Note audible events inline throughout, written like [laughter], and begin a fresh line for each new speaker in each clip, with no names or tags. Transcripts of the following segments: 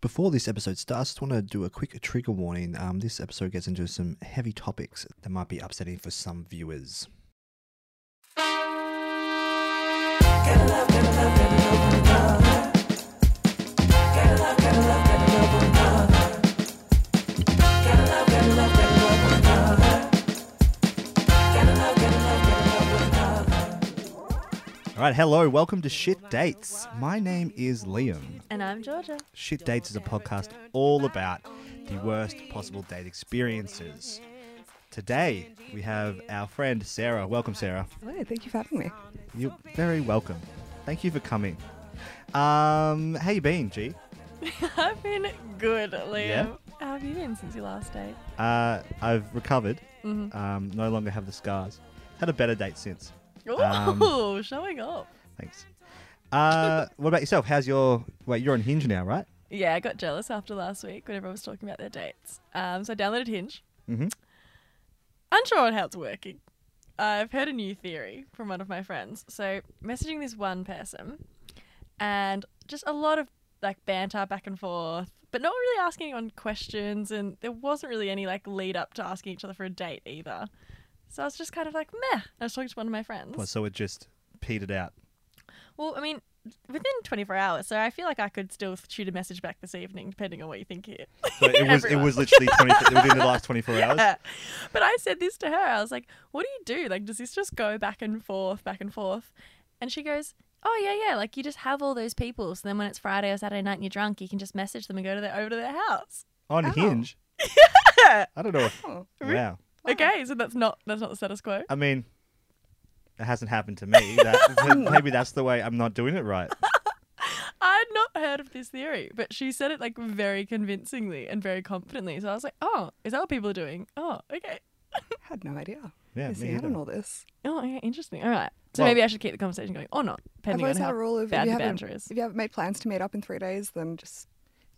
Before this episode starts, just want to do a quick trigger warning. Um, this episode gets into some heavy topics that might be upsetting for some viewers. All right, hello, welcome to Shit Dates. My name is Liam.
And I'm Georgia.
Shit Dates is a podcast all about the worst possible date experiences. Today, we have our friend Sarah. Welcome, Sarah.
Hi, thank you for having me.
You're very welcome. Thank you for coming. Um, how you been, G?
[laughs] I've been good, Liam.
Yeah?
How have you been since your last date?
Uh, I've recovered.
Mhm.
Mm-hmm.
Um, no longer have the scars. Had a better date since. Um,
Oh, showing up.
Thanks.
[laughs]
Uh, what about yourself? How's your? Wait, you're on Hinge now, right?
Yeah, I got jealous after last week when everyone was talking about their dates. Um, so I downloaded Hinge.
Mm-hmm.
Unsure on how it's working. I've heard a new theory from one of my friends. So messaging this one person, and just a lot of like banter back and forth, but not really asking on questions, and there wasn't really any like lead up to asking each other for a date either. So I was just kind of like meh. I was talking to one of my friends.
Well, so it just petered out.
Well, I mean, within 24 hours, so I feel like I could still shoot a message back this evening, depending on what you think here.
So it was. it
Everyone.
was literally 20, within the last 24
[laughs]
hours.
[laughs] but I said this to her. I was like, what do you do? Like, does this just go back and forth, back and forth? And she goes, oh, yeah, yeah. Like, you just have all those people. So then when it's Friday or Saturday night and you're drunk, you can just message them and go to their, over to their house.
On
Oh.
Hinge. I don't know. If,
Oh,
Really?
wow.
Okay, so that's not that's not the status quo.
I mean, it hasn't happened to me. That, maybe that's the way I'm not doing it right.
I'd not heard of this theory, but she said it like very convincingly and very confidently. So I was like, oh, is that what people are doing? Oh, okay.
had no idea.
Yeah,
Missing
me
out on
either.
all this.
Oh, okay, interesting. All right. So
Well-
maybe I should keep the conversation going or not,
I've
depending on
always had
how
a rule of if
bad
you
the
haven't
banter is.
if you haven't made plans to meet up in three days, then just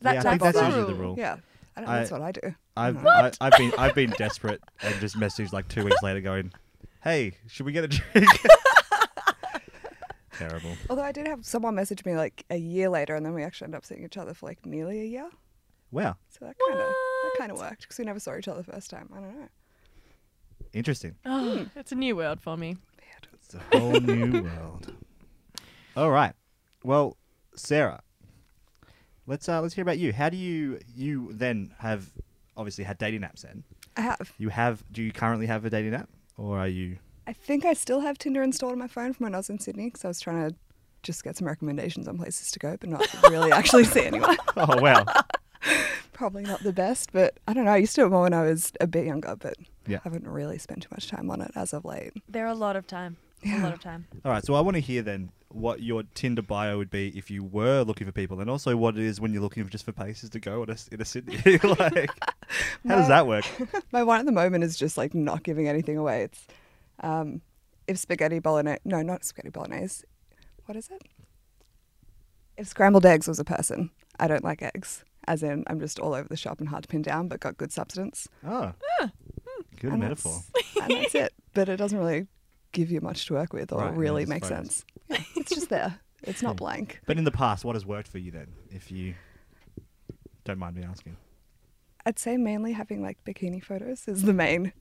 Yeah, I think
that's
that's
the
usually the rule.
yeah. I don't.
I-
know that's what I do.
I've I, I've been I've been desperate and just messaged like two weeks later going, "Hey, should we get a drink?" Terrible.
Although I did have someone message me like a year later, and then we actually ended up seeing each other for like nearly a year.
Wow,
So that kind of that
What?
kind of worked because we never saw each other the first time. I don't know.
interesting.
Oh, it's a new world for me.
Weird.
It's a whole new world. All right. Well, Sarah, let's uh, let's hear about you. How do you you then have obviously had dating apps? Then
I have.
you have do you currently have a dating app or are
[laughs]
you?
I think I still have Tinder installed on my phone from when I was in Sydney because I was trying to just get some recommendations on places to go, but not really actually see anyone.
Oh wow.
Probably not the best, but I don't know. I used to have one when I was a bit younger, but
Yeah.
haven't really spent too much time on it as of late. [laughs]
There are a lot of time. A lot of time.
All right, so I want to hear then what your Tinder bio would be if you were looking for people, and also what it is when you're looking for just for places to go in a, in a city. [laughs]
[laughs]
like, how does
My-
that
[laughs]
work?
My one at the moment is just like not giving anything away. It's um, if spaghetti bolognese. No, not spaghetti bolognese. What is it? If scrambled eggs was a person, I don't like eggs. As in, I'm just all over the shop and hard to pin down, but got good substance.
Oh, good
and
metaphor.
That's, [laughs] and that's it. But it doesn't really give you much to work with or
Right, yeah,
really
just
make
focus.
sense. Yeah, it's just there. It's not blank.
But in the past, what has worked for you then, if you don't mind me asking?
I'd say mainly having like bikini photos is the main,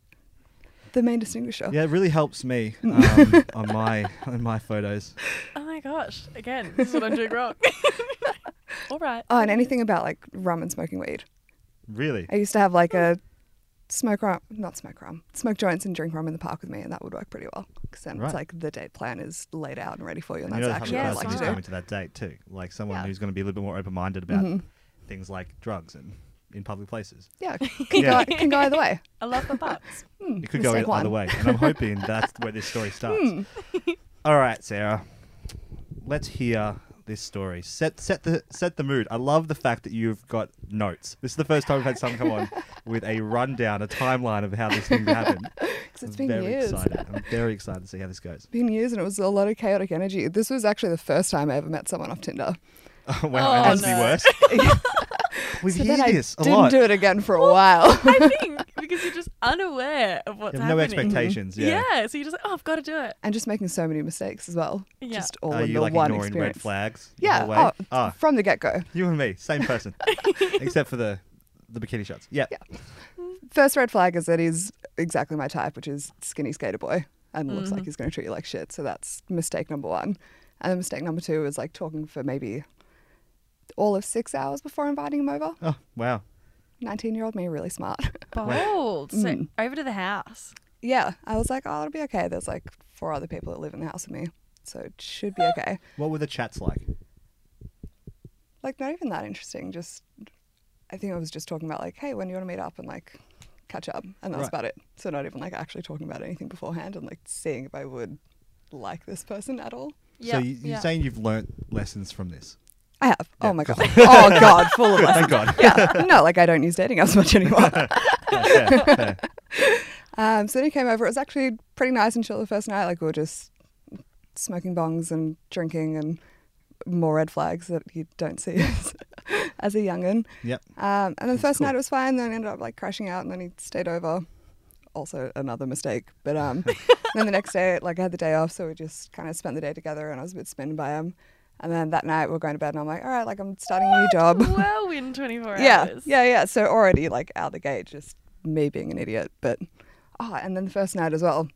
the main distinguisher.
Yeah, it really helps
[laughs]
me um, on my on my photos.
Oh my gosh. Again, this is what I'm doing [laughs] wrong. All right.
Oh, and anything about like rum and smoking weed.
Really?
I used to have like a smoke rum, not smoke rum, smoke joints and drink rum in the park with me, and that would work pretty well because then
Right.
it's like the date plan is laid out and ready for you, and
And you know
that's
the type of
actually
Yeah,
what I
it's
person
like
who's
fine.
to do.
coming to that date too, like someone
Yeah.
who's going to be a little bit more open-minded about
Mm-hmm.
things like drugs and in public places. [laughs]
Yeah, can,
Yeah.
Go, can go
[laughs]
either way.
I love the [laughs] bucks.
Hmm,
It could go
mistake
either
one. Hmm.
way, and I'm
[laughs]
hoping that's where this story starts. [laughs] All right, Sarah, let's hear this story. Set set the set the mood. I love the fact that you've got notes. This is the first time I've had someone come
[laughs]
on with a rundown, a timeline of how this thing happened.
'Cause it's
I'm
been
very
years.
excited. I'm very excited to see how this goes. [laughs]
Been years, and it was a lot of chaotic energy. This was actually the first time I ever met someone off Tinder.
Oh, wow, it
Oh,
has to be
no.
[laughs]
worse. We [laughs]
So
hear
then
this
I
a
didn't
lot.
do it again for a while. [laughs]
I think because you just unaware of what's
You have
happening.
no
[laughs]
expectations. Yeah.
Yeah. so you're just like, oh, I've got to do it.
and just making so many mistakes as well.
Yeah.
Just all
Are
in
you
the
like
one
ignoring
experience.
red flags? the
Yeah,
whole way?
oh,
Ah,
from the get go.
you and me, same
[laughs]
person, except for the the bikini shots. Yeah.
Yeah. First red flag is that he's exactly my type, which is skinny skater boy, and looks like he's going to treat you like shit. So that's mistake number one. And then mistake number two is like talking for maybe all of six hours before inviting him over.
Oh wow.
19 year old me, really smart. [laughs]
Bold. So
Mm.
over to the house.
yeah, I was like, oh, it'll be okay. There's like four other people that live in the house with me. So it should be okay.
What were the chats like?
like not even that interesting. Just I think I was just talking about like, hey, when do you want to meet up and like catch up, and that's
Right.
about it. So not even like actually talking about anything beforehand and like seeing if I would like this person at all.
Yeah.
so you, you're
yeah.
saying you've learnt lessons from
[laughs]
this?
I have.
Yeah.
Oh my god.
[laughs]
oh god. Full of lessons.
Thank
[laughs]
God.
yeah. No, like I don't use dating apps much anymore.
[laughs] Yeah, yeah, yeah.
Um, so then he came over. It was actually pretty nice and chill the first night. Like we were just smoking bongs and drinking and more red flags that you don't see [laughs] as, as a young'un.
Yep.
Um, and the
That's
first
cool.
night it was fine. Then ended up like crashing out, and then he stayed over. Also another mistake. But um,
[laughs]
then the next day, like I had the day off, so we just kind of spent the day together, and I was a bit spent by him. And then that night we we're going to bed, and I'm like, all right, like I'm starting a new
[laughs]
job.
well, in 24
yeah,
hours.
yeah, yeah. So already like out the gate, just me being an idiot. But oh, and then the first night as well,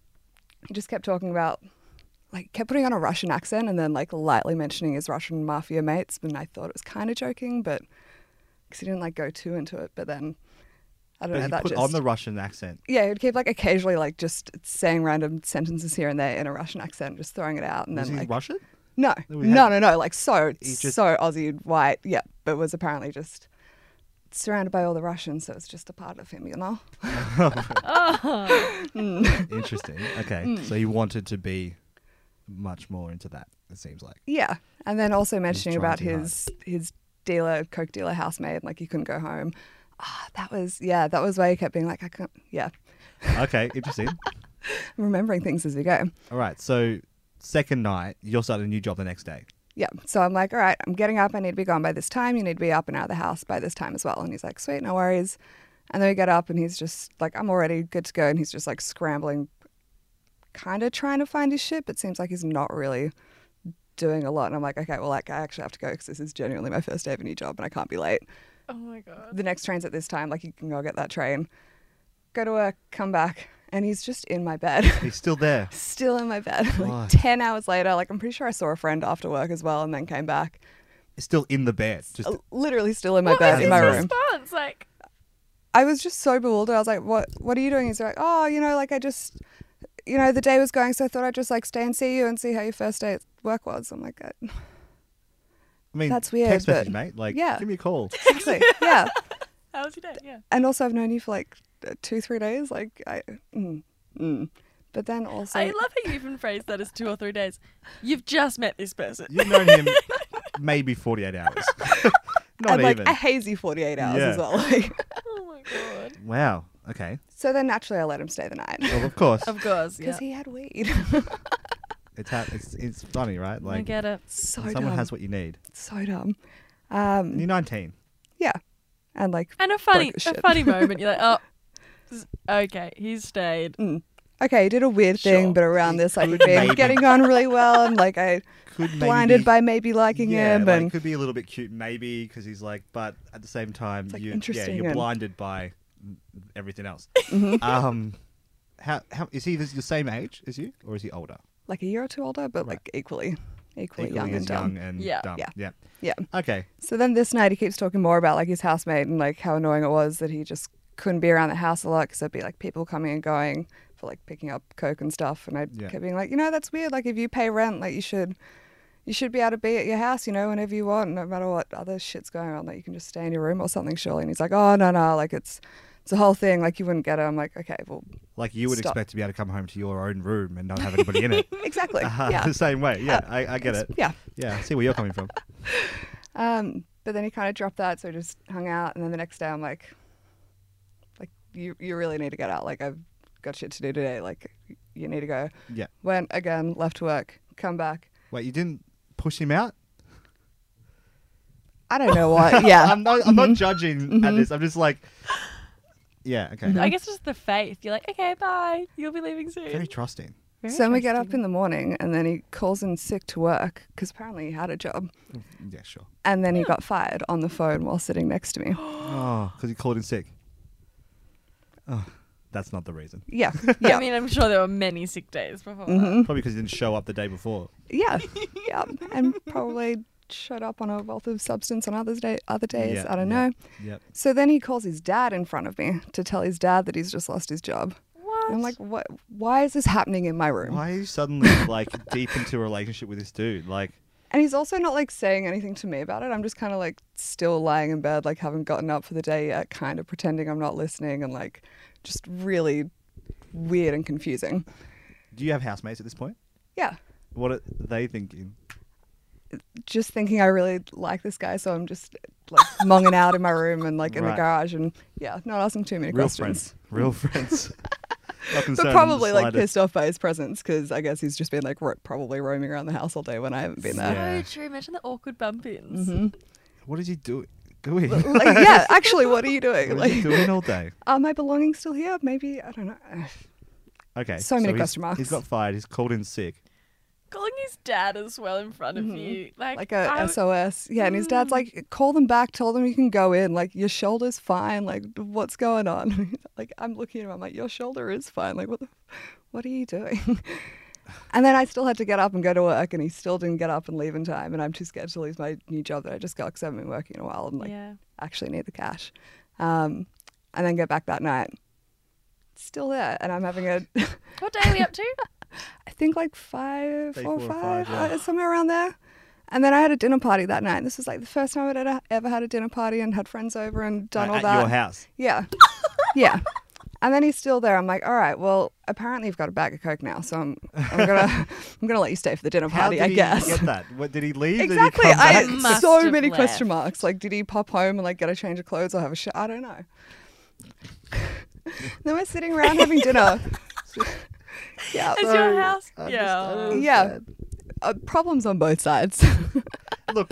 he just kept talking about. Like kept putting on a Russian accent and then like lightly mentioning his Russian mafia mates, and I thought it was kind of joking, but because he didn't like go too into it. But then I don't
But
know
he
[laughs] that
put
just
on the Russian accent.
yeah, he'd keep like occasionally like just saying random sentences here and there in a Russian accent, just throwing it out, and
Was
then
he
like
Russian?
[laughs] no,
That we
no,
had-
no, no. Like so,
He just-
so Aussie white. Yeah, but was apparently just surrounded by all the Russians, so it's just a part of him, you know.
[laughs] Oh,
Interesting. Okay.
Mm.
So you wanted to be much more into that. It seems
[laughs]
like.
Yeah, and then also mentioning
trying
about
too hard.
his his dealer, coke dealer, housemaid, like he couldn't go home. Ah, that was yeah, that was why he kept being like, I can't. Yeah,
Okay. Interesting.
I'm remembering things as we go.
All right. So second night, you're starting a new job the next day.
Yeah. So I'm like, all right, I'm getting up. I need to be gone by this time. You need to be up and out of the house by this time as well. And he's like, sweet, no worries. And then we get up and he's just like, I'm already good to go. And he's just like scrambling, kind of trying to find his shit, but seems like he's not really doing a lot. And I'm like, okay, well, like, I actually have to go because this is genuinely my first day of a new job and I can't be late.
oh [laughs] my god.
The next train's at this time. Like, you can go get that train, go to work, come back. And he's just in my
[laughs]
bed.
He's still there.
still in my bed. [laughs]
Why?
like 10 hours later, like I'm pretty sure I saw a friend after work as well and then came back.
He's still in the bed. Just
L- Uh, literally still in my
What
bed
was
in
his
my room.
response? Like,
I was just so bewildered. I was like, "What? What are you doing?" He's like, "Oh, you know, like I just, you know, the day was going, so I thought I'd just like stay and see you and see how your first day at work was." I'm like, "Uh, [laughs]
I mean,
That's weird,
Text message,
but-
mate. Like,
yeah.
give me a call.
[laughs]
"Actually, yeah."
how was your day? Yeah.
And also, I've known you for like uh, two, three days. Like, I, mm, mm. but then also,
I love how you even phrased that as two or three days. You've just met this person.
You've known him maybe 48
[laughs]
hours. Not
and like
even.
a hazy 48 hours
Yeah.
as well. [laughs] Like,
Oh my god.
Wow. Okay.
so then naturally, I let him stay the night
Well, of course.
Of course.
[laughs]
Yeah.
because he had weed.
It's, ha- it's it's funny, right?
I
Like
get it.
so
someone
dumb.
has what you need.
so dumb.
And
Um,
you're 19.
yeah, and like
And a funny,
Broke as
a
shit.
funny moment. You're like,
[laughs]
oh, s- okay, he's stayed.
mm, okay, he did a weird thing,
Sure.
[laughs]
but around this, like, we've
Could
been
maybe-
getting on really well, and like, I
Could [laughs] maybe
blinded
be-
by maybe liking
yeah,
him,
like,
and
could be a little bit cute, maybe, because he's like. But at the same time,
It's, like,
you yeah,
interesting
you're
and- Mm-hmm.
blinded by everything else. [laughs] um, how how is he this, the same age as you, or is he older?
like a year or two older, but
Right.
like equally, equally,
Equally
young
as
and dumb.
young and
Yeah.
dumb.
Yeah.
Yeah.
Yeah.
Okay.
So then this night, he keeps talking more about like his housemate and like how annoying it was that he just couldn't be around the house a lot because there'd be like people coming and going for like picking up coke and stuff, and I
Yeah.
kept being like, you know, that's weird. Like if you pay rent, like you should. You should be able to be at your house, you know, whenever you want, no matter what other shit's going on. Like you can just stay in your room or something, surely. And he's like, "Oh no, no, like it's, it's a whole thing. Like you wouldn't get it." I'm like, "Okay, well,
Like you would
Stop.
expect to be able to come home to your own room and not have anybody in it.
exactly,
Uh,
yeah,
The [laughs] same way. Yeah, I, I get it.
yeah."
Yeah, I see where you're coming from.
Um, but then he kind of dropped that, so we just hung out. And then the next day, I'm like, like you, you really need to get out. Like I've got shit to do today. Like you need to go.
Yeah.
Went again, left to work, come back.
Wait, you didn't push him out?
I don't know what. Yeah. Uh, mm-hmm.
I'm not. I'm not judging at this. I'm just like, Yeah. Okay.
Mhm.
I guess just the faith. You're like, okay, bye. You'll be leaving soon.
Very trusting.
Very
so then we get up
trusting.
in the morning and then he calls in sick to work because apparently he had a job.
Yeah. Sure.
And then he got fired on the phone while sitting next to me.
Oh, because you called in sick. Oh, that's not the reason.
Yeah. Yeah.
I mean, I'm sure there were many sick days before. that.
Mhm.
Probably because you didn't show up the day before.
Yeah. Yeah. And probably showed up on a wealth of substance on others day, other days.
Yeah,
I don't
yeah.
know.
Yep.
So then he calls his dad in front of me to tell his dad that he's just lost his job.
What?
I'm like, what? Why is this happening in my room?
Why are you suddenly
[laughs]
like deep into a relationship with this dude? Like,
And he's also not like saying anything to me about it. I'm just kind of like still lying in bed, like haven't gotten up for the day yet, kind of pretending I'm not listening and like just really weird and confusing.
do you have housemates at this point?
Yeah.
What are they thinking?
Just thinking I really like this guy, so I'm just like monging out in my room and like in
Right.
the garage and yeah, not asking too many
Real
questions.
friends. Real
[laughs]
friends. Not concerned in
But
the
probably like
slightest.
pissed off by his presence because I guess he's just been like ro- probably roaming around the house all day when I haven't been
so
there.
Yeah.
true. Imagine the awkward bump ins.
hmm [laughs]
What is he doing? Doing? what
like, yeah, actually, what are you
is he
doing? Like,
doing all
[laughs]
day?
are my belongings still here? Maybe I don't know. [sighs]
Okay.
So many
he's-
question marks.
He's got fired. He's called in sick.
Calling his dad as well in front of you. Like,
Mm-hmm. like a
I-
SOS. Yeah, and his dad's like, call them back, tell them you can go in. Like your shoulder's fine. Like what's going on? [laughs] like I'm looking at him. I'm like, your shoulder is fine. Like what? The, what are you doing? [laughs] and then I still had to get up and go to work, and he still didn't get up and leave in time. And I'm too scared to lose my new job that I just got because I haven't been working in a while and like
yeah.
actually need the cash. Um, and then get back that night. It's Still there, and I'm
[sighs]
having a,
What day are we up
[laughs]
to?
I think like five
Day four or
or five,
five, yeah.
uh, somewhere around there. And then I had a dinner party that night. This was like the first time I'd ever- ever had a dinner party and had friends over and done
Like,
all
at
that.
your house.
Yeah. yeah. And then he's still there. I'm like, all right, well, apparently you've got a bag of coke now, so I'm,
[laughs]
I'm gonna, I'm gonna let you stay for the dinner
How
party,
did
I
he
guess.
get that? What, did he leave? Did he
Exactly.
come back?
I
back?
had
Must
so
have
many question
left.
marks. Like, did he pop home and like get a change of clothes or have a shower? I don't know. [laughs] then we're sitting around
[laughs]
having dinner. yeah.
It's your house. yeah.
yeah. Uh, problems on both sides. [laughs]
Look,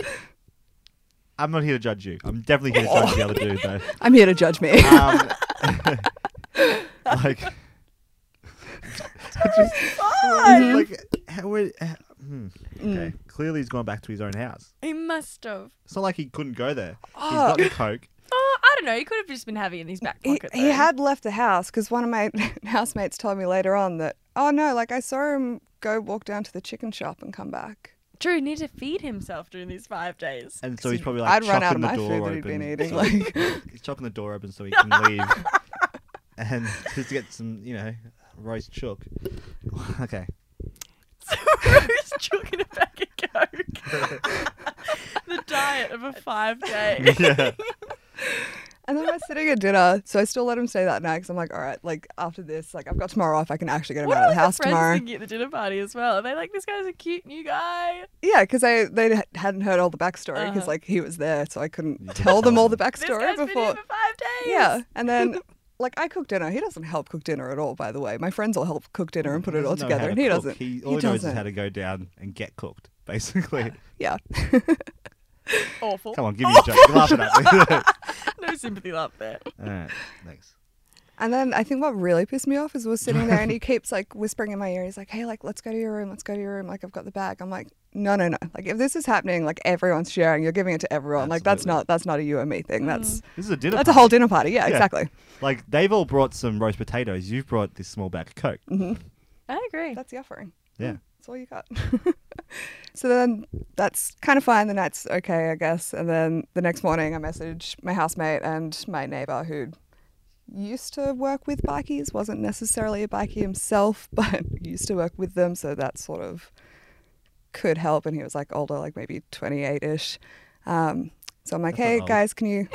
I'm not here to judge you. I'm definitely here to judge the
[laughs]
other dude, though.
I'm here to judge me.
Ah,
Um, [laughs] like, just, [laughs]
Mm-hmm.
like, how would, how- hmm, okay.
Mm.
Clearly, he's gone back to his own house.
He must have.
It's not like he couldn't go there. He's
Oh.
got the coke.
Oh, I don't know. He could have just been having it in his back
he,
pocket.
he
though.
had left the house because one of my [laughs] housemates told me later on that, oh no, like I saw him go walk down to the chicken shop and come back.
Drew he needed to feed himself during these five days.
And so he's probably like
I'd
chopping
run out of
the
my
door
food that
open.
he'd been eating.
so-
Like, [laughs]
he's [laughs] chopping the door open so he can leave, and [laughs] just to get some, you know, roast chook. [laughs]
[laughs]
Okay,
[laughs] So Rose took in a bag of coke. [laughs] the diet of a [laughs] five day.
[laughs] yeah,
and then we're sitting at dinner, so I still let him stay that night because I'm like, all right, like after this, like I've got tomorrow off, I can actually get him
What
out
are
of
like,
the house
friends
tomorrow.
thinking at the dinner party as well? Are they like, this guy's a cute new guy?
Yeah, because I they ha- hadn't heard all the backstory because
Uh-huh.
like he was there, so I couldn't
You couldn't
tell them
tell
all the
them.
This
backstory
guy's been
before.
here for five days.
Yeah, and
[laughs]
then like I cook dinner. He doesn't help cook dinner at all, by the way. My friends all help cook dinner and put it all
doesn't know how
together,
to
and he
cook.
doesn't.
He, all he, knows is how to go down and get cooked, [laughs]
[laughs]
basically.
Yeah,
Awful.
Come on, give me a joke. Laugh it up.
[laughs]
[laughs]
No sympathy love there.
all right, thanks.
and then I think what really pissed me off is we're sitting
[laughs]
there, and he keeps like whispering in my ear. He's like, "Hey, like let's go to your room. Let's go to your room. Like I've got the bag." I'm like, "No, no, no. Like if this is happening, like everyone's sharing. You're giving it to everyone. Like that's
Absolutely.
not that's not a you and me thing.
Mm.
That's
This is a dinner.
that's a
party.
whole dinner party. Yeah,
Yeah.
exactly.
[laughs] Like they've all brought some roast potatoes. You've brought this small bag of coke.
I agree.
That's the offering."
Yeah.
That's all you got. [laughs] so then that's kind of fine. The night's okay, I guess. And then the next morning, I message my housemate and my neighbor who used to work with bikies, wasn't necessarily a bikie himself, [laughs] but used to work with them. So that sort of could help. And he was like older, like maybe 28 ish. Um, so I'm like,
That's not
hey
old."
guys, can you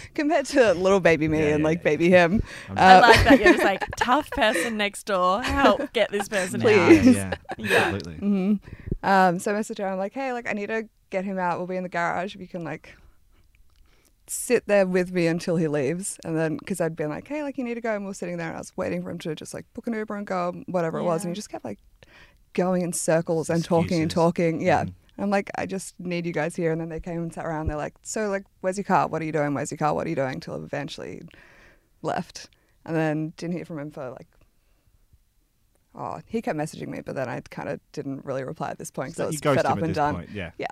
[laughs] compared to little baby me
Yeah,
and
yeah,
like
yeah.
baby him?
I
uh,
like that. You're just like, tough person next door, help get this person
Yeah,
[laughs]
Please.
yeah,
Yeah.
absolutely.
Mhm. Um, so I messaged her. I'm like, hey, like I need to get him out. We'll be in the garage. If you can like sit there with me until he leaves, and then because I'd been like, hey, like you need to go, and we are sitting there, and I was waiting for him to just like book an Uber and go, whatever it was,
Yeah.
and he just kept like going in circles and talking and
Excuses.
talking. Yeah.
Mhm.
I'm like, I just need you guys here. And then they came and sat around. They're like, so like, where's your car? What are you doing? Where's your car? What are you doing? Till eventually left, and then didn't hear from him for like. Oh, he kept messaging me, but then I kind of didn't really reply at this point because I
So you
was
ghost
fed
him
up
at
and
this
done.
point.
[laughs]
Yeah.
Yeah,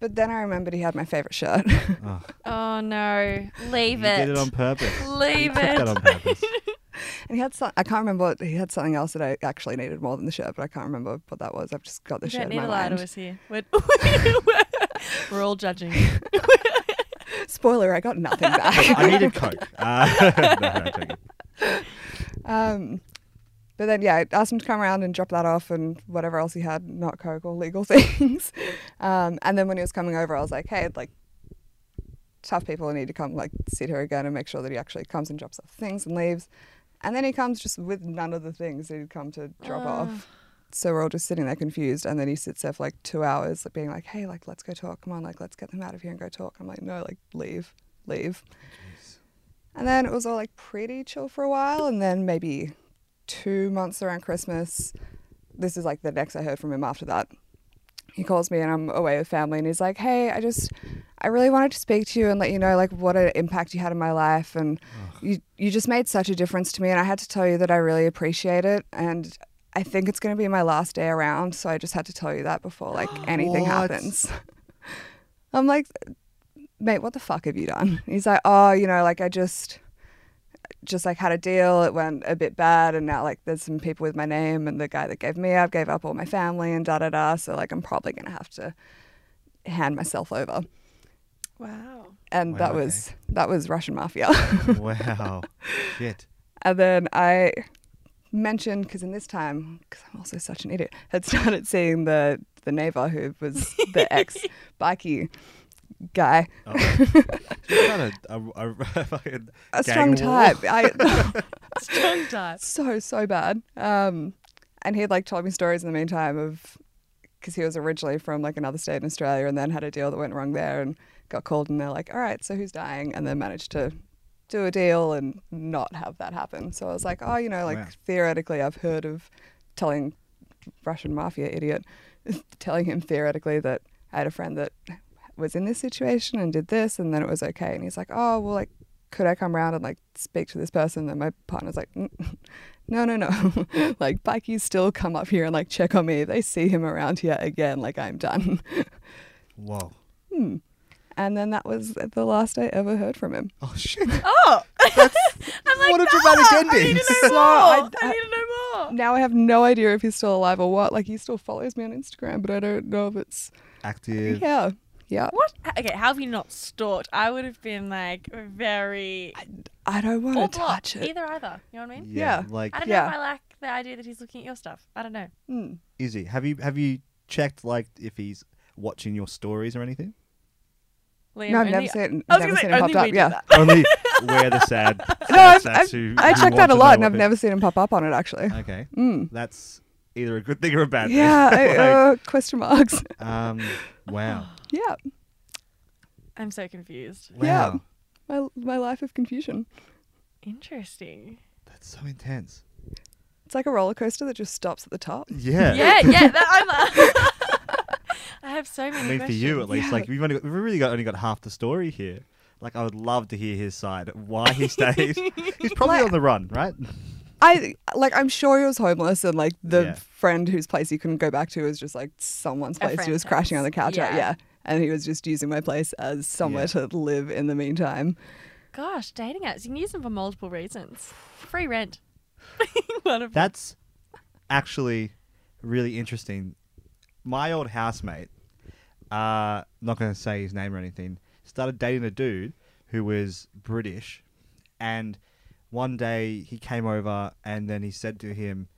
but then I remembered he had my favorite shirt. [laughs]
Oh,
Oh no.
you
Leave it.
did it on purpose. you
[laughs] Leave
took that
it.
on purpose.
And he had some, I can't remember what, he had something else that I actually needed more than the shirt, but I can't remember what that was. I've just got the
You
shirt
don't
in
need
my
a lie to
mind.
us here. [laughs] We're, we're, we're all judging. you.
Spoiler, I
[laughs]
got nothing back.
I need
[laughs]
a coke. [laughs] Uh, no, no, I'm joking.
um, but then, yeah, I asked him to come around and drop that off and whatever else he had, not Coke or legal [laughs] things. Um, and then when he was coming over, I was like, hey, like, tough people need to come, like, sit here again and make sure that he actually comes and drops off things and leaves. And then he comes just with none of the things that he'd come to drop off. so we're all just sitting there confused and then he sits there for like two hours like, being like hey like let's go talk come on like let's get them out of here and go talk i'm like no like leave leave and then it was all like pretty chill for a while and then maybe two months around christmas this is like the next i heard from him after that he calls me and i'm away with family and he's like hey i just i really wanted to speak to you and let you know like what an impact you had in my life and you you just made such a difference to me and i had to tell you that i really appreciate it and I think it's going to be my last day around, so I just had to tell you that before like anything
What?
happens. [laughs] I'm like, mate, what the fuck have you done? He's like, oh, you know, like I just, just like had a deal. It went a bit bad, and now like there's some people with my name, and the guy that gave me up gave up all my family, and da da da. So like I'm probably gonna have to hand myself over.
Wow.
And that
Wow,
was that was Russian mafia. [laughs]
Wow. Shit.
And then I mentioned because in this time, because I'm also such an idiot, [laughs] had started seeing the the neighbor who was
[laughs]
the ex bikie guy.
Oh. [laughs] She's got a, a, a, [laughs] a fucking
A
gang
strong
war.
type.
[laughs]
I [laughs]
Strong type.
so so bad. Um, and he had like told me stories in the meantime of because he was originally from like another state in Australia and then had a deal that went wrong there and got called and they're like, all right, so who's dying? And then managed to do a deal and not have that happen. So I was like, oh, you know, like
Wow.
theoretically, I've heard of telling Russian mafia idiot [laughs] telling him theoretically that I had a friend that was in this situation and did this and then it was okay. And he's like, oh, well, like, could I come around and like speak to this person? And my partner's like, "Mm, no, no, no. [laughs] like, bikies still come up here and like check on me. If they see him around here again, like, I'm done. [laughs]
Whoa.
and then that was the last I ever heard from him.
Oh shit.
Oh. [laughs] I'm like,
what a
no,
dramatic
I need
ending.
to
[laughs]
know
So
more. I,
I-
need to know more.
[laughs] Now I have no idea if he's still alive or what. Like, he still follows me on Instagram, but I don't know if it's.
Active.
Yeah. Yeah.
What? Okay, how have you not stalked? I would have been like very.
I don't
Or
want to
blocked.
touch it.
Either, either. You know what I mean?
Yeah.
Yeah.
Like,
I don't know
Yeah.
if I like the idea that he's looking at your stuff. I don't know.
Mm.
Izzy, have you have you checked like if he's watching your stories or anything?
Liam,
No, I've never
only-
seen it.
I was
Never
gonna
seen
say,
it
only
popped up.
we do
Yeah.
that.
[laughs] Only where the
[laughs]
sad. sad
No, I've,
sacks
I've,
who-
I
who
checked
want
that
to
a lot, and
know
I've
what [laughs]
never seen him pop up on it actually.
they- [laughs] Okay,
Mm.
that's either a good thing or a bad [laughs]
Yeah, I,
thing.
uh, question marks. [laughs]
Like, um. Wow.
Yeah,
I'm so confused.
Wow.
[gasps] Yeah. my my life of confusion.
Interesting.
That's so intense.
It's like a roller coaster that just stops at the top.
Yeah.
Yeah, yeah. That,
[laughs]
I'm. I have so many.
I mean, for
questions.
you at least,
Yeah.
like we've only got, we've really got only got half the story here. Like, I would love to hear his side, why he stays. He's probably
Like-
on the run, right?
I like. I'm sure he was homeless, and like the
Yeah.
friend whose place he couldn't go back to was just like someone's
A
place. He
friend's
was crashing on the
house.
couch. at,
Yeah.
yeah. And he was just using my place as somewhere
Yeah.
to live in the meantime.
Gosh, dating apps. You can use them for multiple reasons. Free rent. [laughs] One of
That's actually really interesting. My old housemate, uh, not going to say his name or anything, started dating a dude who was British. And one day he came over and then he said to him,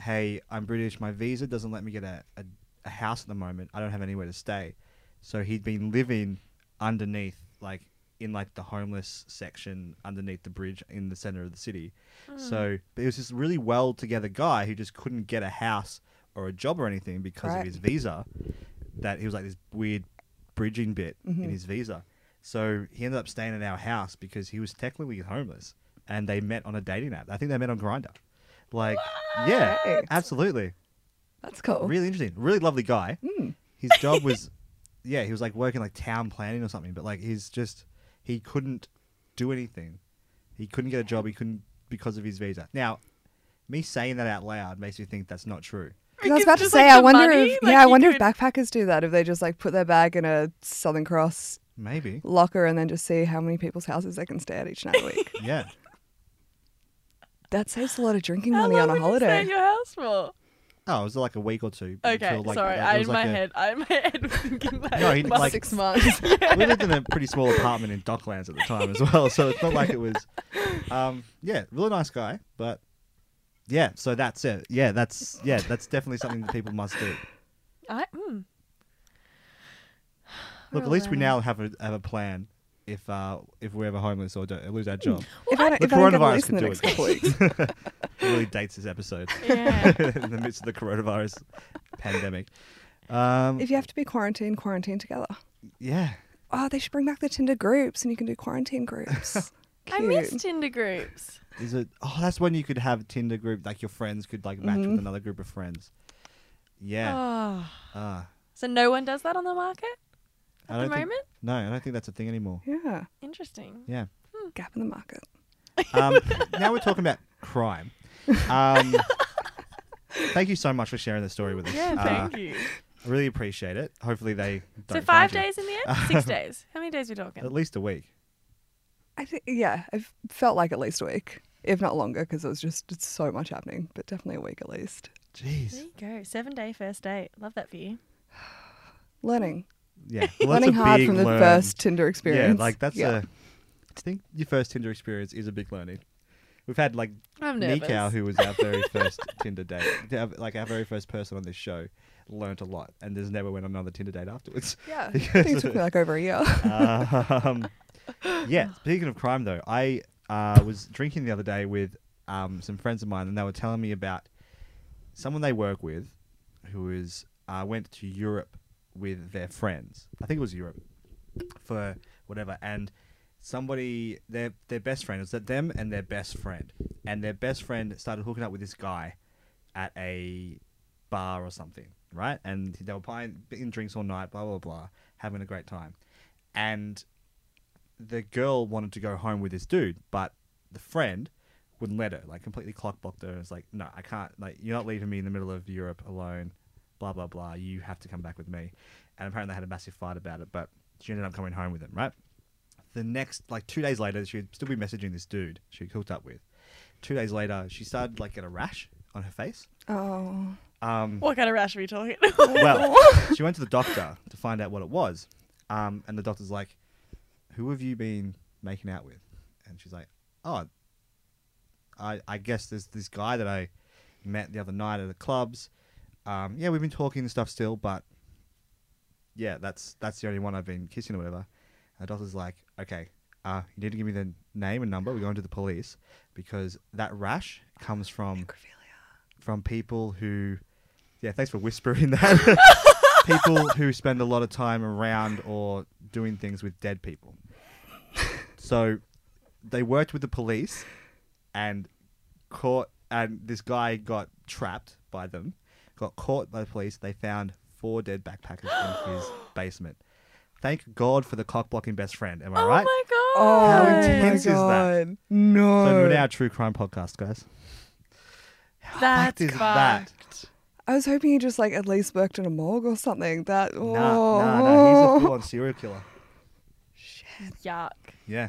Hey, I'm British. My visa doesn't let me get a, a, a house at the moment. I don't have anywhere to stay. So he'd been living underneath, like in like the homeless section underneath the bridge in the center of the city. So but it was this really well together guy who just couldn't get a house or a job or anything because of
Right.
his visa. That he was like this weird bridging bit in his visa. So he ended up staying at our house because he was technically homeless and they met on a dating app. I think they met on Grinder. Like yeah,
What? Oh.
absolutely.
That's cool.
Really interesting. Really lovely guy.
Mm.
His job was, yeah, he was like working like town planning or something, but like he's just, he couldn't do anything. He couldn't get a job. He couldn't because of his visa. Now, me saying that out loud makes me think that's not true.
I was about to
Because just,
say,
like,
I
the
wonder
money,
if
like,
yeah, I
you
wonder if
could-
backpackers do that. If they just like put their bag in a Southern Cross
Maybe.
locker and then just see how many people's houses they can stay at each night
[laughs]
a week.
Yeah.
That saves a lot of drinking
How
money
long
on a
would you stay at
holiday.
your house for?
Oh, it was like a week or two.
Okay,
until, like,
sorry.
it
I, in
was
my
like a-
head, I in my [laughs] head was thinking like,
No, he-
must-
like-
[laughs]
six months.
we lived in a pretty small apartment in Docklands at the time as well, so it's not like it was. Um, yeah, really nice guy, but yeah. So that's it. Yeah, that's yeah, that's definitely something that people must do.
I, mm.
Look, at
Real
least we
learning.
now have a have a plan. If uh, if we're ever homeless or don't, lose our job,
if I, don't-
the
if I don't get
coronavirus
released in
could
the
do
next
it.
couple of weeks,
it really dates this episode [laughs]
[laughs] Yeah.
in the midst of the coronavirus pandemic. Um,
if you have to be quarantined, quarantine together.
yeah,
Oh, they should bring back the Tinder groups and you can do
[laughs]
quarantine groups.
I
Cute.
miss Tinder groups.
is it? Oh, that's when you could have Tinder group, like your friends could like match with
Mhm.
another group of friends. Yeah.
Mm-hmm. Oh.
ah.
So no one does that on the market
I
at the
don't think-
moment?
No, I don't think that's a thing
[laughs]
anymore.
Yeah,
Interesting.
Yeah.
gap in the market.
Um, now we're talking about crime.
[laughs]
Um, thank you so much for sharing the story with us.
Yeah,
Uh,
thank you.
I really appreciate it. Hopefully they
So
don't
five
find you.
days in the
[laughs]
end? Six days. How many days are we
At
talking?
least a week.
I think yeah, I've felt like at least a week, if not longer, because it was just it's so much happening. But definitely a week at least.
There
Jeez.
you go. Seven day first date. Love that for you.
Learning,
[laughs]
Yeah. Well, that's
learning
a
hard
big
from the
learn.
first Tinder experience.
Yeah, like that's a.
Yeah.
I think your first Tinder experience is a big learning. We've had like
I'm nervous.
Nikau, who was our
[laughs]
very first Tinder date, to have- like our very first person on this show, learnt a lot, and there's never went on another Tinder date afterwards. [laughs]
yeah. I think it took me like over a year. [laughs]
um,
[laughs]
yeah. Speaking of crime, though, I uh, was drinking the other day with um, some friends of mine, and they were telling me about someone they work with who is uh, went to Europe with their friends. I think it was Europe for whatever, and somebody their their best friend it was that them and their best friend, and their best friend started hooking up with this guy at a bar or something, right? And they were buying in drinks all night, blah blah blah, having a great time. And the girl wanted to go home with this dude, but the friend wouldn't let her, like completely clock blocked her. and was like, no, I can't. Like, you're not leaving me in the middle of Europe alone. Blah blah blah. You have to come back with me. And apparently, they had a massive fight about it, but she ended up coming home with him, right? the next like two days later she'd still be messaging this dude she hooked up with two days later she started like get a rash on her face
Oh,
um,
What kind of rash are we talking? [laughs]
well she went to the doctor to find out what it was um, and the doctor's like who have you been making out with and she's like oh i, I guess there's this guy that i met the other night at the clubs um, yeah we've been talking and stuff still but yeah that's that's the only one i've been kissing or whatever and the doctor's like, okay, uh, you need to give me the name and number. We're going to the police because that rash comes from
necrophilia.
from people who, yeah, thanks for whispering [laughs] that.
[laughs]
people who spend a lot of time around or doing things with dead people. So they worked with the police and caught, and this guy got trapped by them, got caught by the police. They found four dead backpackers
[gasps]
in his basement. Thank God for the cock blocking best friend. Am I
oh
right?
my god.
Oh,
How
my
intense is that?
God. No.
So we're now a true crime podcast, guys. How fucked
That's
is that?
fucked.
I was hoping he just like at least worked in a morgue or something. That oh
Nah, nah, nah. He's
Oh.
a full-on serial killer.
Yuck.
Yeah.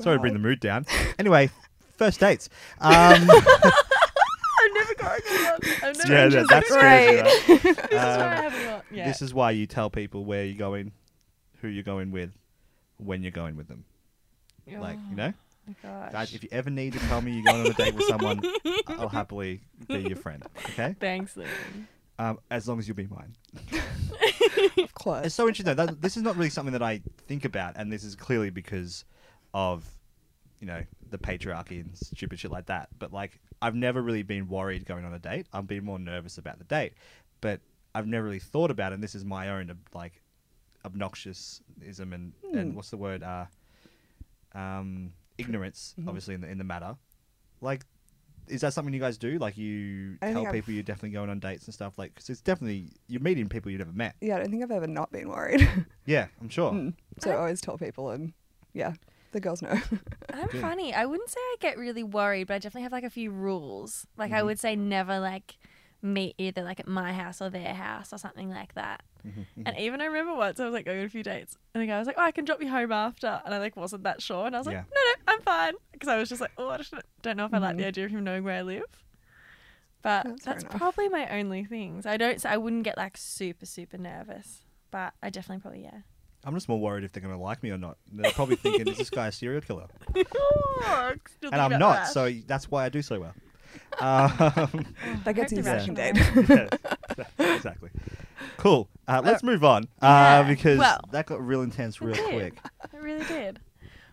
Sorry to bring the mood down. Anyway, first
[laughs]
dates. Um,
I'm never going on. I'm never
yeah,
interested.
that, that's
this
crazy. right?
is why I
Um,
haven't got. [laughs] Yeah.
This is why you tell people where you're going, who you're going with, when you're going with them. Like, you know?
Oh my
Guys,
gosh.
if you ever need to tell me you're going on a date with someone, I'll happily be your friend. Okay?
[laughs] Thanks, Liam.
Um, as long as you'll be mine.
[laughs] of course.
It's so interesting though. That, this is not really something that I think about, and this is clearly because of you know the patriarchy and stupid shit like that. But like, I've never really been worried going on a date. I've been more nervous about the date, but I've never really thought about it. And this is my own ob- like obnoxiousism and, and what's the word? Uh, um, ignorance, obviously in the in the matter. Like, is that something you guys do? Like, you
I
tell
think I've-
people you're definitely going on dates and stuff. Like, because it's definitely you're meeting people you never met.
[laughs] Yeah, I don't think I've ever not been worried.
Hmm.
Yeah, I'm sure.
so I always tell people and yeah. The girls know. [laughs]
I'm
Good.
funny. I wouldn't say I get really worried, but I definitely have like a few rules. Like I
Mhm.
would say never like meet either like at my house or their house or something like that.
Mm-hmm.
And even I remember once I was like going on a few dates and the guy was like, "Oh, I can drop you home after," and I like wasn't that sure, and I was like,
Yeah.
"No, no, I'm fine," because I was just like, "Oh, I just don't know if I like
Mm-hmm.
the
Mhm.
idea of him knowing where I live." But
That's
that's,
fair enough.
probably my only things. I don't. So I wouldn't get like super super nervous, but I definitely probably yeah.
I'm just more worried if they're going to like me or not. They're probably thinking, is this guy a serial killer? [laughs] And I'm not, so that's why I do
[laughs]
so well. Um, [laughs]
[sighs]
That gets you
they're
second
rational.
date.
yes, exactly. Cool. Uh, let's move on
yeah,
uh, because
well.
that got real intense [laughs] real
did. [laughs]
quick.
I really did.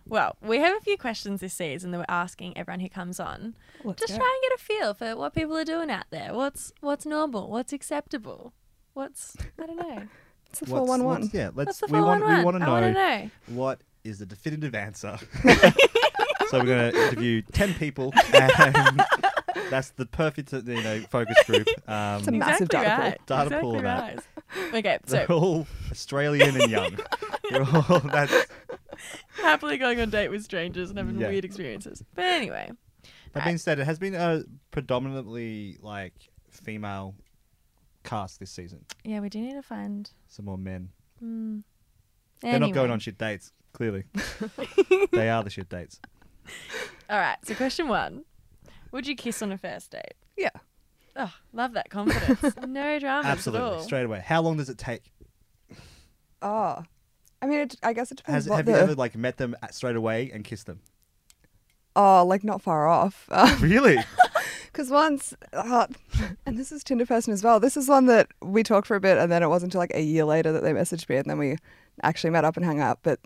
Well, we have a few questions this season that we're asking everyone who comes on.
[laughs] Let's
Just
go.
try and get a feel for what people are doing out there. What's what's normal? What's acceptable? What's I
[laughs]
don't know.
It's the
What's-
four one one.
what's- Yeah, let's.
What's the
we want. We
411?
want to
I
know,
want to know.
what is the definitive
[laughs]
answer. [laughs] so we're going to interview ten people, and
[laughs]
that's the perfect, you know, focus group. Um,
It's a ma- Massive data pool.
right.
[laughs] Data
exactly
pool of that.
right.
[laughs]
Okay,
they're
so
all Australian and
[laughs]
young. They're all, that's,
happily going on date with strangers and having
Yeah.
weird experiences. But anyway,
that being said, it has been a predominantly like female cast this season.
yeah, we do need to find.
Some more men.
Mm,
They're not going
anyway.
on shit dates,
[laughs]
clearly. they are the shit dates.
All right. So question one: Would you kiss on a first date?
Yeah.
Oh, love that
[laughs]
confidence. no dramas at all.
Absolutely. Straight away. How long does it take?
Oh. I mean, it, I guess it depends
Has
Oh, what
have
the.
you ever like met them at, straight away and kissed
[laughs]
them?
Oh, like not far off. [laughs]
Really?
Because once, uh, and this is Tinder person as well. This is one that we talked for a bit, and then it wasn't until like a year later that they messaged me, and then we actually met up and hung out. But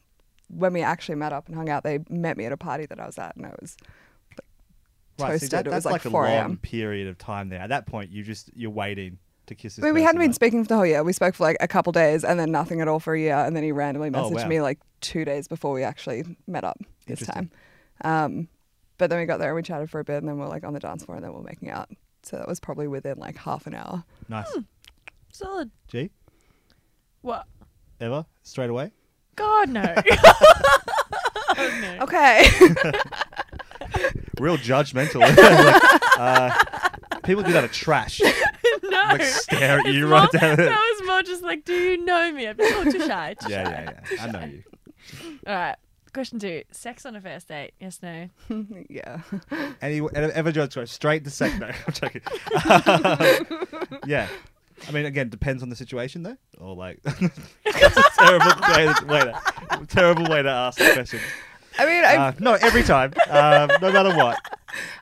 when we actually met up and hung out, they met me at a party that I was at, and I was
right, see,
Toasted,
that,
it was
that's
like
like, a
4
long
a.m..
period of time there. At that point, you just you're waiting to kiss this.
I mean, we hadn't
person,
been speaking for the whole year. We spoke for like a couple days and then nothing at all for a year. And then he randomly
Oh,
messaged
wow.
me like two days before we actually met up this
Interesting.
time. Um, but then we got there and we chatted for a bit and then we are like on the dance floor and then we are making out. So that was probably within like half an hour.
like,
Hmm.
nice.
Solid.
G
What?
ever straight away? [laughs]
God no. Oh, no.
Okay. [laughs]
Real judgmental. [laughs] Like, uh, people do that at trash.
no. [laughs]
Like stare at [laughs]
It's
you
more-
right
[laughs]
down there.
That was more just like, do you know me? I'm just oh, too shy.
Yeah,
Too shy.
yeah, yeah. I know you.
All right. Question two: Sex on a first date? Yes, no.
yeah.
Any ever judge goes straight to sex. No, [laughs] I'm joking. Um, yeah. I mean, again, depends on the situation, though. Or like, [laughs] that's a terrible way, way to, terrible way to ask the question.
I mean, I,
Uh, no, every time, um, no matter what.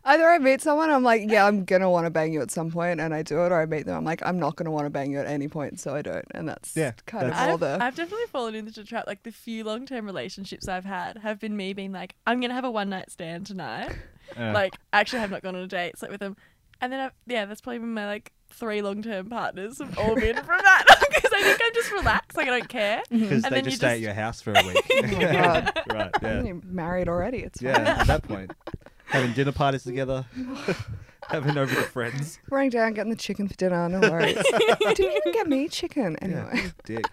either I meet someone, I'm like, yeah, I'm going to want to bang you at some point, and I do it, or I meet them, I'm like, I'm not going to want to bang you at any point, so I don't. And that's
Yeah,
kind
that's-
of all
I've,
the.
I've definitely fallen into the trap. Like the few long-term relationships I've had have been me being like, I'm gonna have a one-night stand tonight.
Uh,
Like, actually, I have not gone on a date, slept with them, and then I've, yeah, that's probably been my like three long-term partners have all [laughs] been from that because I think I'm just relaxed, like I don't [laughs] care.
because
and
they
then you
just stay at
just- Oh
your house for a
[laughs]
week.
God.
[laughs] right. Yeah.
You're married already. It's fine.
[laughs] Yeah. At that point, having dinner parties together, [laughs] having over the friends.
Running down, getting the chicken for dinner. No worries. Didn't even get me chicken anyway.
[laughs] Yeah. Dick.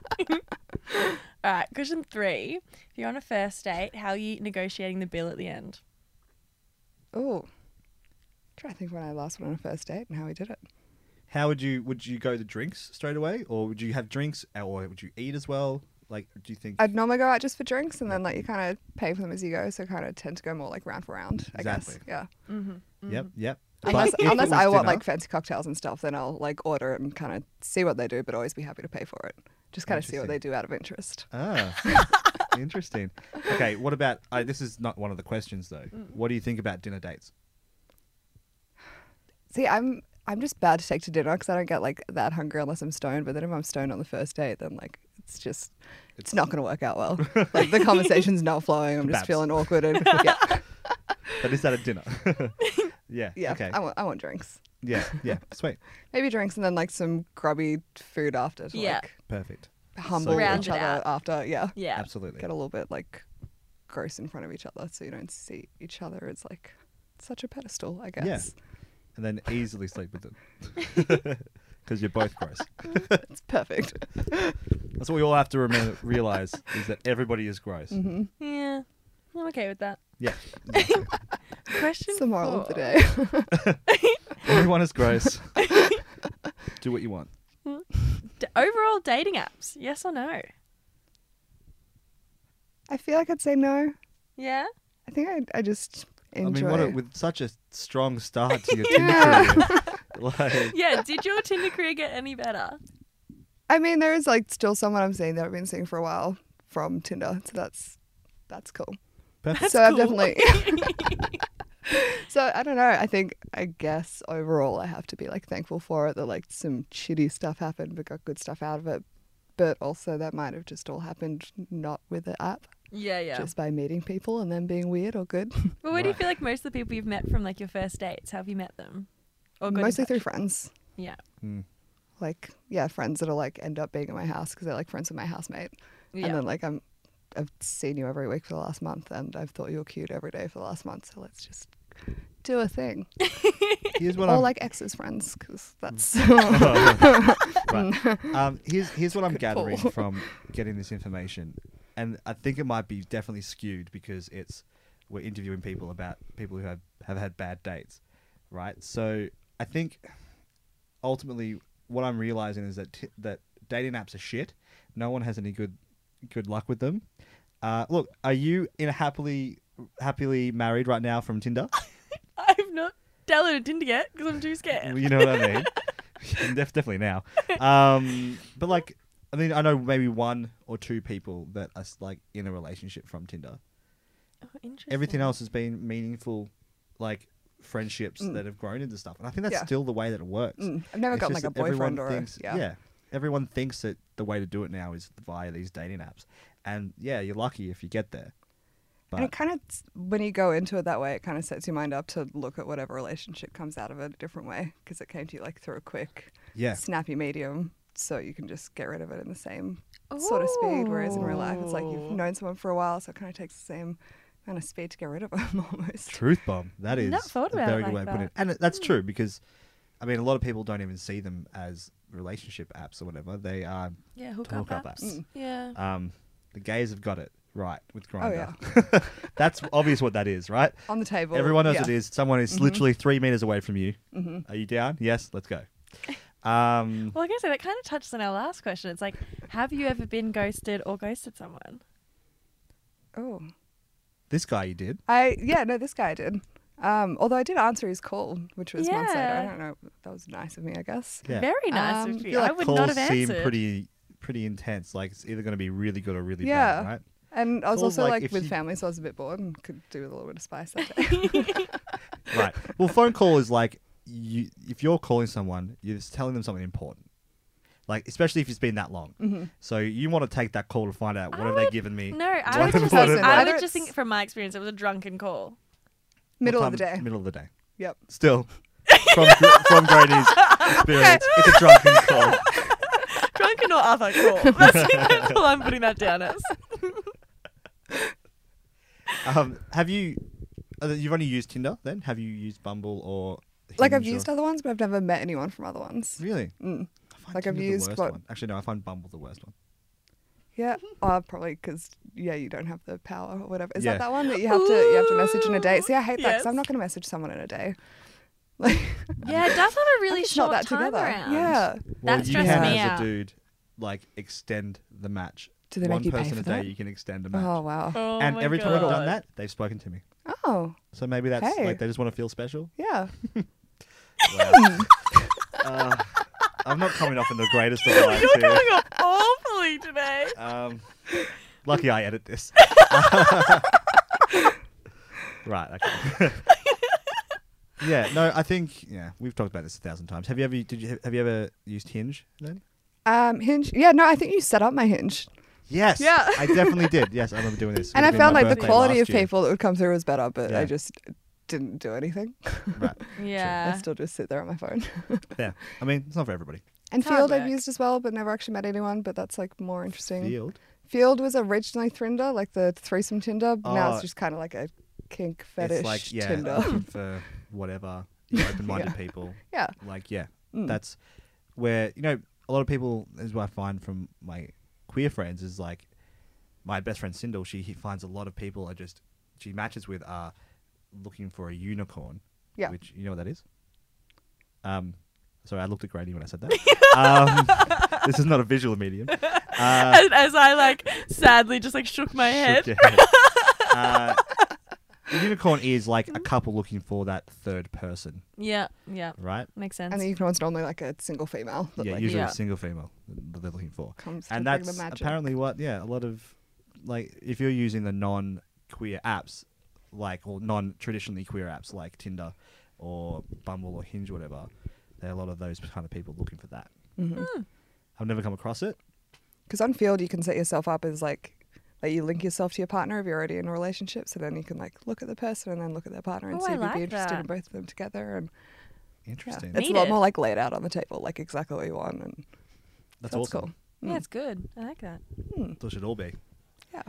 All right, question three: If you're on a first date, how are you negotiating the bill at the end?
Oh, try to think when I last went on a first date and how we did it.
How would you would you go to drinks straight away, or would you have drinks, or would you eat as well? Like, do you think?
I'd normally go out just for drinks and then like you kind of pay for them as you go, so kind of tend to go more like round for round. I guess.
Exactly.
Yeah.
Mm-hmm.
Yep, yep. But
Unless,
if it
unless
was
I want
dinner-
like fancy cocktails and stuff, then I'll like order it and kind of see what they do, but always be happy to pay for it. Just kind of see what they
Interesting.
do out of interest.
Ah,
[laughs]
interesting. Okay, what about? I this is not one of the questions though.
Mm.
What do you think about dinner dates?
See, I'm I'm just bad to take to dinner because I don't get like that hungry unless I'm stoned. But then if I'm stoned on the first date, then like it's just it's not going to work
[laughs]
out well. like the conversation's not flowing. I'm just
Babs.
feeling awkward and yeah,
[laughs] But is that a dinner? [laughs] yeah.
yeah.
Okay.
I want I want drinks,
Yeah. Yeah. Sweet.
maybe drinks, and then like some grubby food after to
Yeah.
like
Perfect.
humble
Round
each
it
other
out.
after. Yeah,
Yeah.
Absolutely.
get a little bit like gross in front of each other so you don't see each other as like such a pedestal. I
Yeah.
guess
And then easily sleep with them
[laughs]
[laughs] because you're both gross.
it's perfect.
[laughs]
Mm-hmm.
That's what we all have to remember, realize is that everybody is gross.
hmm
Yeah. All I'm okay with that.
Yeah.
[laughs] Question
It's the moral of the
four.
day. [laughs]
Everyone is gross. Do what you want.
D- overall dating apps, yes or no?
I feel like I'd say no.
Yeah.
I think I, I just enjoy.
I mean, what a, with such a strong start
[laughs]
to your
Yeah.
Tinder career.
[laughs]
Like,
Yeah. Did your Tinder career get any better? [laughs]
I mean, there is like still someone I'm seeing that I've been seeing for a while from Tinder, so that's that's cool.
perfect.
so I've
cool.
definitely. [laughs] so I don't know. I think I guess overall I have to be like thankful for it that like some shitty stuff happened but got good stuff out of it. But also that might have just all happened not with the app,
Yeah, yeah.
just by meeting people and them being weird or good.
well, where do you
Right.
feel like most of the people you've met from like your first dates? How have you met them? Or got in
Mostly
touch?
through friends.
Yeah.
Mm.
Like yeah, friends that'll like end up being at my house because they're like friends with my housemate.
Yeah.
And then like I'm I've seen you every week for the last month and I've thought you were cute every day for the last month, so let's just do a thing.
Here's what
or
I'm.
like exes friends cuz that's
mm.
[laughs]
[laughs] right. um, here's here's what I'm
Good
gathering
pull.
from getting this information, and I think it might be definitely skewed because it's we're interviewing people about people who have have had bad dates, right? So I think ultimately what I'm realizing is that t- that dating apps are shit. No one has any good good luck with them. Uh, look, are you in a happily happily married right now from Tinder?
[laughs] I've not downloaded Tinder yet because I'm too scared.
Well, you know what I mean?
[laughs]
[laughs] Def- definitely now. Um, but like, I mean, I know maybe one or two people that are s- like in a relationship from Tinder.
Oh, interesting.
Everything else has been meaningful, like friendships
Mm.
that have grown into stuff. And I think that's
Yeah.
still the way that it works.
Mm, I've never
It's
gotten
just
like a
that everyone
boyfriend or a,
thinks,
yeah.
everyone thinks that the way to do it now is via these dating apps. And yeah, you're lucky if you get there. But
And it kind of when you go into it that way, it kind of sets your mind up to look at whatever relationship comes out of it a different way because it came to you like through a quick
yeah,
snappy medium so you can just get rid of it in the same sort of speed whereas in real life it's like you've
Oh.
Ooh.
known someone for a while so it kind of takes the same amount of speed to get rid of them [laughs] almost
Truth bomb. That is
Not thought
a
about it
very good
like
way to put
that. Hmm.
it. And it- that's true because, I mean, a lot of people don't even see them as relationship apps or whatever. They are
Yeah, hook up
hookup
apps. Mm.
apps.
Yeah.
Um, the gays have got it right with
Oh,
Grindr.
yeah.
[laughs] that's obvious what that is, right?
on the table
Everyone knows
yeah.
it is. Someone is
Mm-hmm.
literally three meters away from you.
Mm-hmm.
Are you down? Yes, let's
[laughs]
go. Um,
Well, I guess that kind of touches on our last question. It's like, have you ever been ghosted or ghosted someone?
oh
this guy you did.
i yeah no this guy did um, although I did answer his call, which was months later. I
Yeah.
don't know. That was nice of me, I guess.
Yeah.
Very nice
Um,
of
I
I
you.
feel like
I would
calls
not have
seem
answered.
pretty pretty intense. Like it's either going to be really good or really
Yeah.
bad, right?
And I was
Calls
also
like
like,
if
with
you-
family, so I was a bit bored and could do with a little bit of
[laughs]
spice that day. [laughs]
right. Well, phone call is like you if you're calling someone, you're just telling them something important. Like especially if it's been that long,
Mm-hmm.
so you want to take that call to find out what
I
have they
Oh,
would-
given me.
No, I
What-
would just,
what-
Listen,
I
whether
would just
it's-
think from my experience, it was a drunken call.
Middle
what
of the
time-
day.
Middle of the day.
Yep. [laughs]
Still, from Gr- from Grady's experience, it's a drunken call.
[laughs] drunken or other call. [laughs] That's, that's all I'm putting that down as.
Um, have you? uh, You've only used Tinder, then? Have you used Bumble or?
Like I've
Hinge or-
used other ones, but I've never met anyone from other ones.
Really? I
Mm.
find
Like, I've
Tinder the
used
worst
what-
one. Actually, no. I find Bumble the worst one.
Yeah, uh, probably because yeah, you don't have the power or whatever. Is
Yeah.
that that one that you have to you have to message in a day?
Ooh,
See, I hate that because
yes.
I'm not going to message someone in a day. [laughs] Like,
Yeah, it does have a
I'm
really
just [laughs] not
short
that
time
together.
around.
Yeah,
Well,
That
you
stressed
can
me
as
out.
a dude, like extend the match.
Do they make
One
you pay
person
for
a day,
that?
you can extend a match.
Oh wow.
Oh
and
my
every
God.
time I've done
[laughs]
that, they've spoken to me.
Oh
So maybe that's
Hey.
like they just want to feel
[laughs]
special.
yeah.
Wow. uh, I'm not coming off in the greatest of lights
You're
here.
coming off awfully today.
Um, lucky I edit this. [laughs] right. Okay. [laughs] yeah. No, I think yeah we've talked about this a thousand times. Have you ever did you have you ever used Hinge then?
Um, Hinge. Yeah, no, I think you set up my Hinge,
Yes.
Yeah.
I definitely did. Yes, I remember doing this. It
and I
would've been
found
my
like the
birthday
quality
last
of
year.
people that would come through was better, but
Yeah.
I just didn't do anything. [laughs]
Right.
Yeah.
I still just sit there on my phone. [laughs]
Yeah. I mean, it's not for everybody.
and
It's hard
Field I've
work.
used as well, but never actually met anyone. But that's like more interesting.
Field.
Field was originally Tinder, like the threesome Tinder. but now
Oh.
it's just kind of like a kink fetish
it's like yeah,
Tinder.
[laughs] looking for
[laughs]
whatever you know, open-minded
Yeah.
people.
yeah.
Like yeah,
Mm.
that's where you know a lot of people. This is what I find from my queer friends is like my best friend Sindel. She he finds a lot of people are just she matches with are looking for a unicorn.
Yeah.
Which you know what that is? Um sorry, I looked at Grady when I said
[laughs]
that. um, [laughs] this is not a visual medium. Uh,
as, as I like sadly just like shook my head.
Shook your
[laughs]
head. uh, a unicorn is like a couple looking for that third person,
Yeah, yeah,
right?
makes
And the
sense.
unicorn's normally like a single female that
yeah,
like
usually
Yeah.
a single female that they're looking for.
comes to
and
bring
that's
the magic.
apparently what yeah a lot of like if you're using the non queer apps like or non traditionally queer apps like tinder or bumble or hinge whatever there are a lot of those kind of people looking for that
Mhm.
i've never come across it
Because on field, you can set yourself up as like, like you link yourself to your partner if you're already in a relationship. So then you can like look at the person and then look at their partner and
Oh,
see
I
if you'd
like
be interested in
that.
both of them together. And yeah,
interesting
it's
Need
a lot
it.
more like laid out on the table, like exactly what you want. And
that's
so it's
awesome mm.
Yeah, it's good. I like that.
cool. Hmm.
That's what it should all be
Yeah.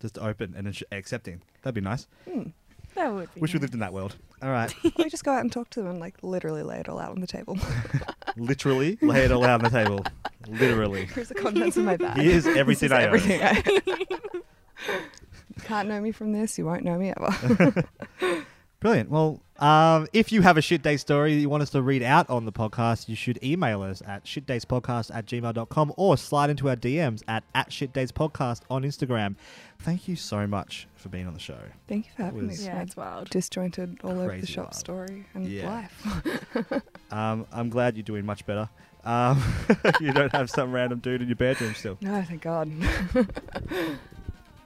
just open and it's accepting that'd be nice
Hmm.
That would be.
wish we
nice.
lived in that world all right
we just go out and talk to them and like literally lay it all out on the table. [laughs]
literally lay it all out on the table literally
Here's the contents of my
[laughs]
bag.
Here's
This is
everything I own.
everything I
[laughs]
You Can't know me from this. You won't know me
[laughs]
ever.
Brilliant. Well, um, if you have a shit day story that you want us to read out on the podcast, you should email us at shitdayspodcast at gmail.com or slide into our DMs at, at shitdayspodcast on Instagram. Thank you so much for being on the show.
Thank you for having me.
was-
It's
Yeah,
my
it's wild.
disjointed, all over the
Crazy
shop
wild.
story and
Yeah.
life. [laughs]
Um, I'm glad you're doing much better. Um, [laughs] you don't have some random dude in your bedroom still.
No, thank God.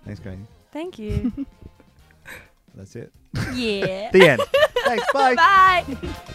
Thanks, Grady. [laughs]
Thank you.
That's it.
yeah.
The end. [laughs] Thanks. Bye.
Bye.